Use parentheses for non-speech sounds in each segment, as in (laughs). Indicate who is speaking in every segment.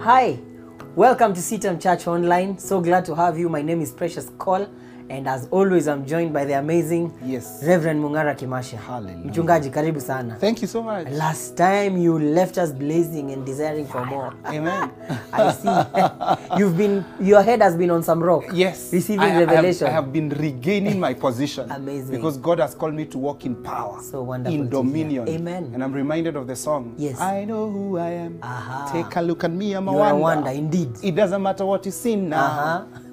Speaker 1: Hi, welcome to Sitam Church Online. So glad to have you. My name is Precious Cole, and as always, I'm joined by the amazing
Speaker 2: Yes.
Speaker 1: Reverend Mungara Kimasha.
Speaker 2: Hallelujah.
Speaker 1: Mchungaji, karibu sana.
Speaker 2: Thank you so much.
Speaker 1: Last time you left us blazing and desiring for more.
Speaker 2: Amen.
Speaker 1: (laughs) I see. You've been your head has been on some rock.
Speaker 2: Yes.
Speaker 1: Receiving
Speaker 2: I, I have-
Speaker 1: revelation.
Speaker 2: I have, been regaining my
Speaker 1: (laughs)
Speaker 2: position.
Speaker 1: Amazing.
Speaker 2: Because God has called me to walk in power.
Speaker 1: So wonderful
Speaker 2: In
Speaker 1: to hear.
Speaker 2: dominion.
Speaker 1: Amen.
Speaker 2: And I'm reminded of the song.
Speaker 1: Yes.
Speaker 2: I know who I am.
Speaker 1: Aha.
Speaker 2: Take a look at me. I'm a
Speaker 1: You are a
Speaker 2: wonder.
Speaker 1: wonder indeed.
Speaker 2: It doesn't matter what you see now.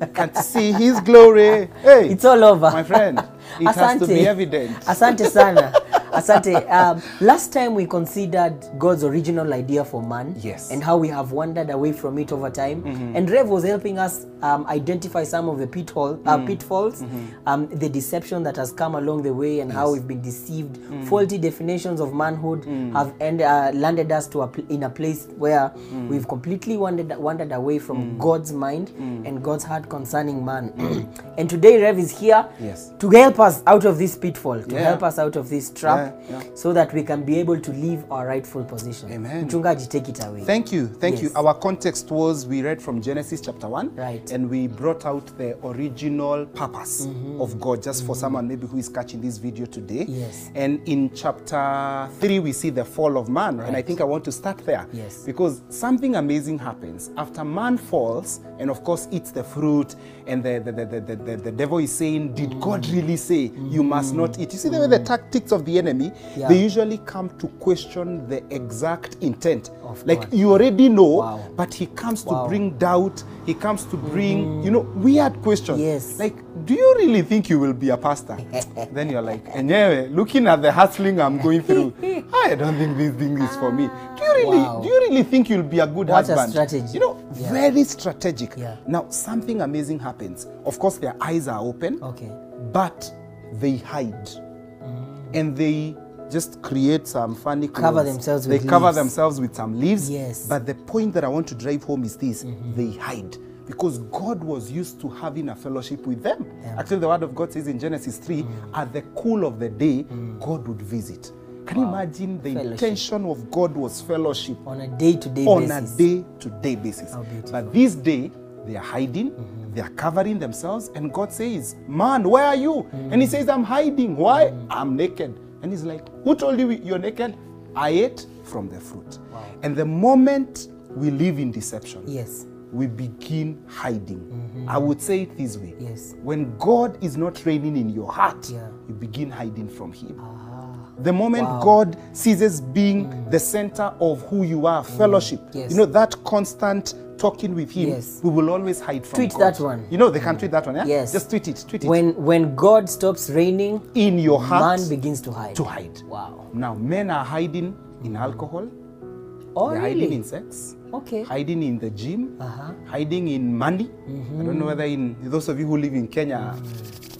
Speaker 1: Aha.
Speaker 2: Can't see His
Speaker 1: (laughs)
Speaker 2: glory. Hey.
Speaker 1: It's all over.
Speaker 2: My friend.
Speaker 1: (laughs)
Speaker 2: It has to be evident.
Speaker 1: Asante sana. Asante.
Speaker 2: (laughs)
Speaker 1: Um, last time we considered God's original idea for man
Speaker 2: Yes.
Speaker 1: and how we have wandered away from it over time.
Speaker 2: Mm-hmm.
Speaker 1: And Rev was helping us um, identify some of the pitfall,
Speaker 2: Mm-hmm.
Speaker 1: uh, pitfalls, um, the deception that has come along the way, and how we've been deceived.
Speaker 2: Mm.
Speaker 1: Faulty definitions of manhood have end, uh, landed us to a pl- in a place where
Speaker 2: Mm.
Speaker 1: we've completely wandered, wandered away from God's mind
Speaker 2: Mm.
Speaker 1: and God's heart concerning man. (clears throat) and today, Rev is here
Speaker 2: Yes.
Speaker 1: to help us out of this pitfall, to
Speaker 2: Yeah.
Speaker 1: help us out of this trap,
Speaker 2: Yeah, yeah.
Speaker 1: so that we can be able to leave our rightful position.
Speaker 2: Amen.
Speaker 1: Mchungaji, take it away.
Speaker 2: Thank you. Thank you.
Speaker 1: Yes.
Speaker 2: Our context was we read from Genesis chapter 1
Speaker 1: Right.
Speaker 2: and we brought out the original purpose
Speaker 1: Mm-hmm.
Speaker 2: of God just for someone maybe who is catching this video today.
Speaker 1: Yes.
Speaker 2: And in chapter 3 we see the fall of man and I
Speaker 1: Right.
Speaker 2: think I want to start there
Speaker 1: Yes.
Speaker 2: because something amazing happens after man falls and of course eats the fruit and the the, the, the, the, the, the devil is saying did
Speaker 1: Mm-hmm.
Speaker 2: God really say you must not eat. You see the way the tactics of the enemy
Speaker 1: Yeah.
Speaker 2: they usually come to question the exact intent.
Speaker 1: Of
Speaker 2: like
Speaker 1: God.
Speaker 2: you already know,
Speaker 1: Wow.
Speaker 2: but he comes
Speaker 1: Wow. Mm-hmm.
Speaker 2: to bring doubt. He comes to bring, you know, weird questions.
Speaker 1: Yes.
Speaker 2: Like, do you really think you will be a
Speaker 1: (laughs)
Speaker 2: pastor? then you're like, anyway, looking at the hustling I'm going
Speaker 1: (laughs)
Speaker 2: through, I don't think this thing is for me. Do you really,
Speaker 1: Wow.
Speaker 2: do you really think you'll be a good
Speaker 1: What a
Speaker 2: husband?
Speaker 1: strategy.
Speaker 2: You know,
Speaker 1: Yeah.
Speaker 2: very strategic.
Speaker 1: Yeah.
Speaker 2: Now, something amazing happens. Of course, their eyes are open,
Speaker 1: Okay.
Speaker 2: but they hide. And they just create some funny
Speaker 1: Cover
Speaker 2: clothes.
Speaker 1: themselves
Speaker 2: they
Speaker 1: with
Speaker 2: cover
Speaker 1: leaves.
Speaker 2: themselves themselves with some leaves.
Speaker 1: Yes. Mm-hmm.
Speaker 2: But the point that I want to drive home is this they hide. Because God was used to having a fellowship with them. Actually, the word of God says in Genesis 3
Speaker 1: Mm.
Speaker 2: at the cool of the day, God would visit. Can you imagine the
Speaker 1: Fellowship.
Speaker 2: intention of God was fellowship
Speaker 1: On a day-to-day
Speaker 2: on
Speaker 1: basis.
Speaker 2: a day to day basis.
Speaker 1: How beautiful.
Speaker 2: But this day, they are hiding, they are covering themselves, and God says, Man, where are you? And He says, I'm hiding. Why? I'm naked. And He's like, Who told you you're naked? I ate from the fruit. And the moment we live in deception,
Speaker 1: Yes.
Speaker 2: we begin hiding. I would say it this way
Speaker 1: Mm-hmm. Yes.
Speaker 2: when God is not reigning in your heart,
Speaker 1: Yeah.
Speaker 2: you begin hiding from Him.
Speaker 1: Ah,
Speaker 2: The moment God ceases being the center of who you are, fellowship,
Speaker 1: Mm. Yes.
Speaker 2: you know, that constant talking with Him,
Speaker 1: Yes.
Speaker 2: we will always hide from
Speaker 1: Tweet
Speaker 2: God.
Speaker 1: that one. Mm.
Speaker 2: You know, they can tweet that one, yeah?
Speaker 1: Yes.
Speaker 2: Just tweet it, tweet it.
Speaker 1: when when God stops reigning,
Speaker 2: in your heart
Speaker 1: man begins to hide.
Speaker 2: to hide.
Speaker 1: Wow.
Speaker 2: Now, men are hiding in alcohol,
Speaker 1: Oh,
Speaker 2: they're hiding
Speaker 1: really?
Speaker 2: in sex,
Speaker 1: Okay.
Speaker 2: hiding in the gym,
Speaker 1: Uh-huh. Mm-hmm.
Speaker 2: hiding in money. I don't know whether in those of you who live in Kenya,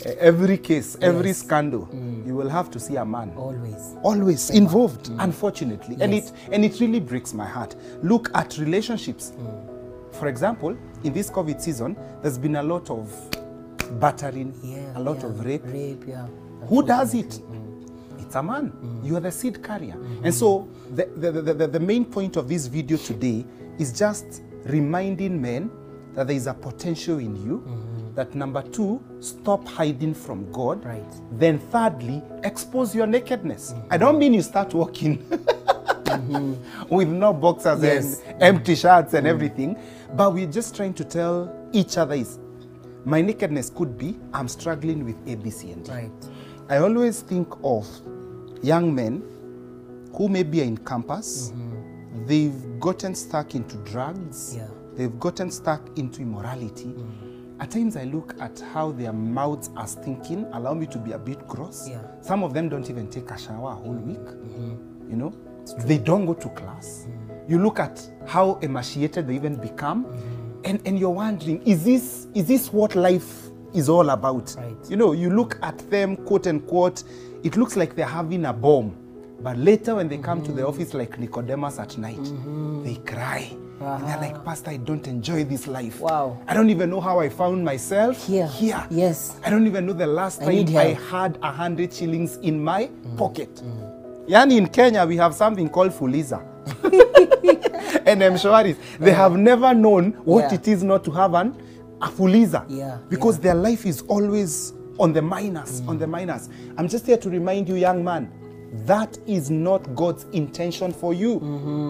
Speaker 2: eh, every case, every scandal,
Speaker 1: Mm.
Speaker 2: you will have to see a man.
Speaker 1: Always.
Speaker 2: always involved unfortunately and
Speaker 1: Oh. Mm. Yes.
Speaker 2: it and it really breaks my heart look at relationships
Speaker 1: Mm.
Speaker 2: for example in this covid season there's been a lot of battering
Speaker 1: Yeah.
Speaker 2: a lot
Speaker 1: yeah.
Speaker 2: of rape
Speaker 1: Rape. Yeah.
Speaker 2: who does it it's a man you are the seed carrier and so the the, the, the the main point of this video today is just reminding men that there is a potential in you that number two stop hiding from god
Speaker 1: Right.
Speaker 2: then thirdly expose your nakedness i don't mean you start walking (laughs) with no boxers
Speaker 1: Yes.
Speaker 2: and empty shirts and everything but we're just trying to tell each other is my nakedness could be i'm struggling with a b c and d
Speaker 1: Right.
Speaker 2: I always think of young men who maybe are in campus, they've gotten stuck into drugs,
Speaker 1: Mm-hmm. Yeah. Mm-hmm.
Speaker 2: they've gotten stuck into immorality. At times I look at how their mouths are stinking, allow me to be a bit gross.
Speaker 1: Yeah.
Speaker 2: Some of them don't even take a shower a whole week.
Speaker 1: Mm-hmm.
Speaker 2: You know, they don't go to class. You look at how emaciated they even become,
Speaker 1: Mm-hmm.
Speaker 2: and, and you're wondering, is this is this what life is all about?
Speaker 1: Right.
Speaker 2: You know, you look at them, quote unquote, it looks like they're having a bomb. But later, when they come to the
Speaker 1: Mm-hmm.
Speaker 2: office, like Nicodemus at night, they cry. And they're like, Pastor, I don't enjoy this life.
Speaker 1: Uh-huh. Wow.
Speaker 2: I don't even know how I found myself
Speaker 1: Here.
Speaker 2: Here.
Speaker 1: Yes.
Speaker 2: I don't even know the last
Speaker 1: I
Speaker 2: time
Speaker 1: need
Speaker 2: I
Speaker 1: help. Mm,
Speaker 2: had a hundred shillings in
Speaker 1: (laughs)
Speaker 2: my pocket. Yani in Kenya, we have something called fuliza. and mshwaris they have never known what
Speaker 1: Yeah.
Speaker 2: it is not to have an a fuliza
Speaker 1: Yeah, Mm.
Speaker 2: because
Speaker 1: yeah.
Speaker 2: their life is always on the minus on the minus i'm just here to remind you young man that is not god's intention for you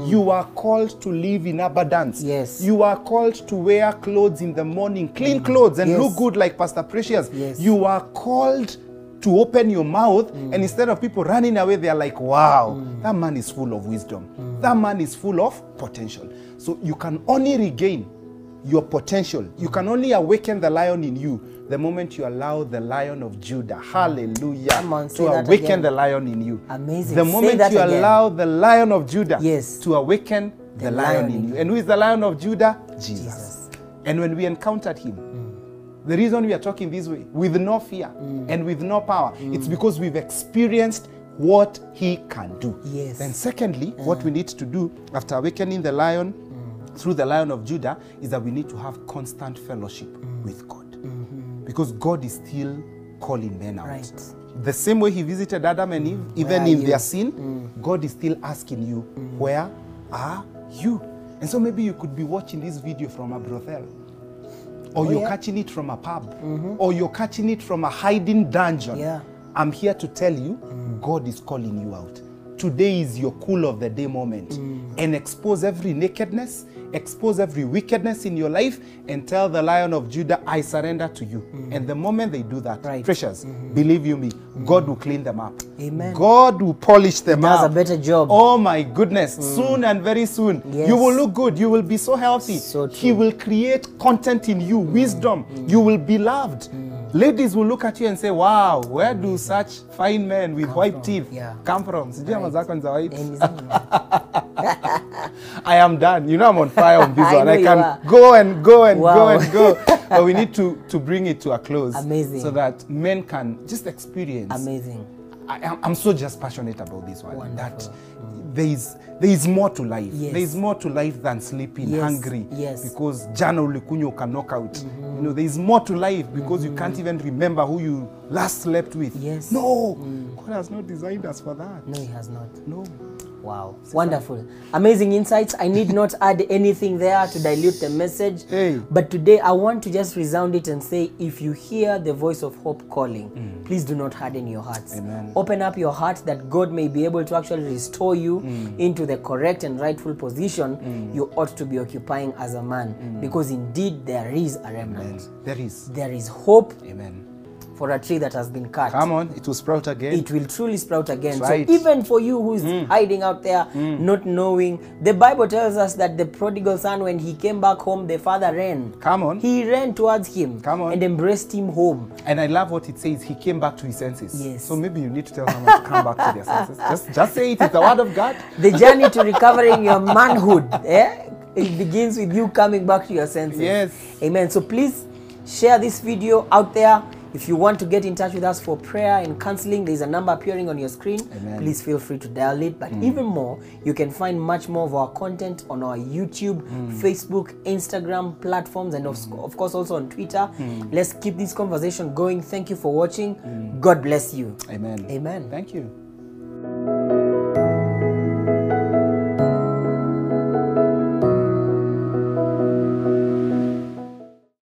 Speaker 2: you are called to live in abundance
Speaker 1: Mm-hmm. Yes. Mm.
Speaker 2: you are called to wear clothes in the morning clean clothes and
Speaker 1: Yes.
Speaker 2: look good like pastor precious
Speaker 1: Yes. Mm.
Speaker 2: you are called to open your mouth and instead of people running away they're like wow that man is full of wisdom
Speaker 1: Mm.
Speaker 2: that man is full of potential so you can only regain your potential
Speaker 1: Mm.
Speaker 2: you can only awaken the lion in you the moment you allow the lion of judah hallelujah
Speaker 1: Mm. Come on, say
Speaker 2: to
Speaker 1: that
Speaker 2: awaken
Speaker 1: again.
Speaker 2: the lion in you
Speaker 1: Amazing.
Speaker 2: the
Speaker 1: Say
Speaker 2: moment
Speaker 1: that
Speaker 2: you
Speaker 1: again.
Speaker 2: allow the lion of judah
Speaker 1: Yes.
Speaker 2: to awaken the,
Speaker 1: The lion
Speaker 2: lion, in
Speaker 1: in
Speaker 2: you and who is the lion of judah
Speaker 1: Jesus.
Speaker 2: and when we encountered him, the reason we are talking this way, with no fear and with no power, it's
Speaker 1: Mm.
Speaker 2: because we've experienced what he can do.
Speaker 1: Yes.
Speaker 2: Then, secondly,
Speaker 1: Mm.
Speaker 2: what we need to do after awakening the lion through the lion of Judah is that we need to have constant fellowship
Speaker 1: Mm.
Speaker 2: with God. Because God is still calling men out.
Speaker 1: Mm-hmm. Right. Mm.
Speaker 2: The same way he visited Adam and Eve, even
Speaker 1: are
Speaker 2: in
Speaker 1: you? Mm.
Speaker 2: their sin, God is still asking you, Where are you? And so maybe you could be watching this video from a brothel
Speaker 1: Oh,
Speaker 2: or you're
Speaker 1: yeah. Mm-hmm.
Speaker 2: catching it from a pub, or you're catching it from a hiding dungeon.
Speaker 1: Yeah.
Speaker 2: I'm here to tell you, God is calling you out. Today is your cool of the day moment.
Speaker 1: Mm.
Speaker 2: And expose every nakedness, expose every wickedness in your life, and tell the lion of Judah, I surrender to you. And the moment they do that,
Speaker 1: Mm. Right. Mm-hmm.
Speaker 2: precious, believe you me, God will clean them up.
Speaker 1: Amen.
Speaker 2: God will polish them
Speaker 1: does a
Speaker 2: up.
Speaker 1: better job.
Speaker 2: Oh my goodness. Soon and very soon,
Speaker 1: Mm. Yes.
Speaker 2: you will look good. You will be so healthy.
Speaker 1: So true. Mm.
Speaker 2: He will will create content in you, wisdom. You will be loved. Ladies will look at you and say, wow, where do such fine men with white
Speaker 1: Mm. from?
Speaker 2: teeth
Speaker 1: Yeah.
Speaker 2: come from? Sijui ama zako ni za white.
Speaker 1: And he's
Speaker 2: (laughs)
Speaker 1: like,
Speaker 2: I am done. You know I'm on
Speaker 1: (laughs)
Speaker 2: fire on this
Speaker 1: I
Speaker 2: one.
Speaker 1: know
Speaker 2: I
Speaker 1: you
Speaker 2: can
Speaker 1: are.
Speaker 2: go and go and go
Speaker 1: Wow. (laughs)
Speaker 2: and go. but we need to, to bring it to a close.
Speaker 1: Amazing.
Speaker 2: So that men can just experience
Speaker 1: Amazing.
Speaker 2: I, I'm- I'm so just passionate about this one that
Speaker 1: Wonderful. Mm.
Speaker 2: there is there is more to life.
Speaker 1: Yes.
Speaker 2: There is more to life than sleeping
Speaker 1: Yes,
Speaker 2: hungry.
Speaker 1: yes. Mm-hmm.
Speaker 2: Because jana ulikunywa uka knock out. You know there is more to life because you can't even remember who you last slept with.
Speaker 1: Yes. Mm.
Speaker 2: No, God has not designed us for that.
Speaker 1: No, he has not.
Speaker 2: No.
Speaker 1: Wow. Wonderful. Amazing insights. I need not (laughs) add anything there to dilute the message.
Speaker 2: Hey.
Speaker 1: But today I want to just resound it and say if you hear the voice of hope calling, please do not harden your hearts.
Speaker 2: Mm. Amen.
Speaker 1: Open up your heart that God may be able to actually restore you
Speaker 2: Mm.
Speaker 1: into the correct and rightful position you ought to be occupying as a man.
Speaker 2: Mm.
Speaker 1: Because indeed there is a remnant.
Speaker 2: There is.
Speaker 1: There is hope
Speaker 2: Amen.
Speaker 1: for a tree that has been cut
Speaker 2: Come on, it will sprout again.
Speaker 1: it will truly sprout again.
Speaker 2: That's right. Hmm.
Speaker 1: So even for you who is hiding out there, not knowing, the Bible tells us that the prodigal son, when he came back home, the father ran.
Speaker 2: Come on.
Speaker 1: He ran towards him
Speaker 2: Come on.
Speaker 1: and embraced him home.
Speaker 2: and I love what it says. He came back to his senses.
Speaker 1: Yes.
Speaker 2: So maybe you need to tell someone to come back to their senses. Just, just say it. It's the word of God.
Speaker 1: (laughs) The journey to recovering your manhood, eh? It begins with you coming back to your senses.
Speaker 2: Yes.
Speaker 1: Amen. So please share this video out there. If you want to get in touch with us for prayer and counseling, there's a number appearing on your screen.
Speaker 2: Amen. Mm.
Speaker 1: Please feel free to dial it. But even more, you can find much more of our content on our YouTube,
Speaker 2: Mm.
Speaker 1: Facebook, Instagram platforms, and of, of course also on Twitter.
Speaker 2: Mm.
Speaker 1: Let's keep this conversation going. Thank you for watching. God bless you.
Speaker 2: Amen.
Speaker 1: Amen.
Speaker 2: Thank you.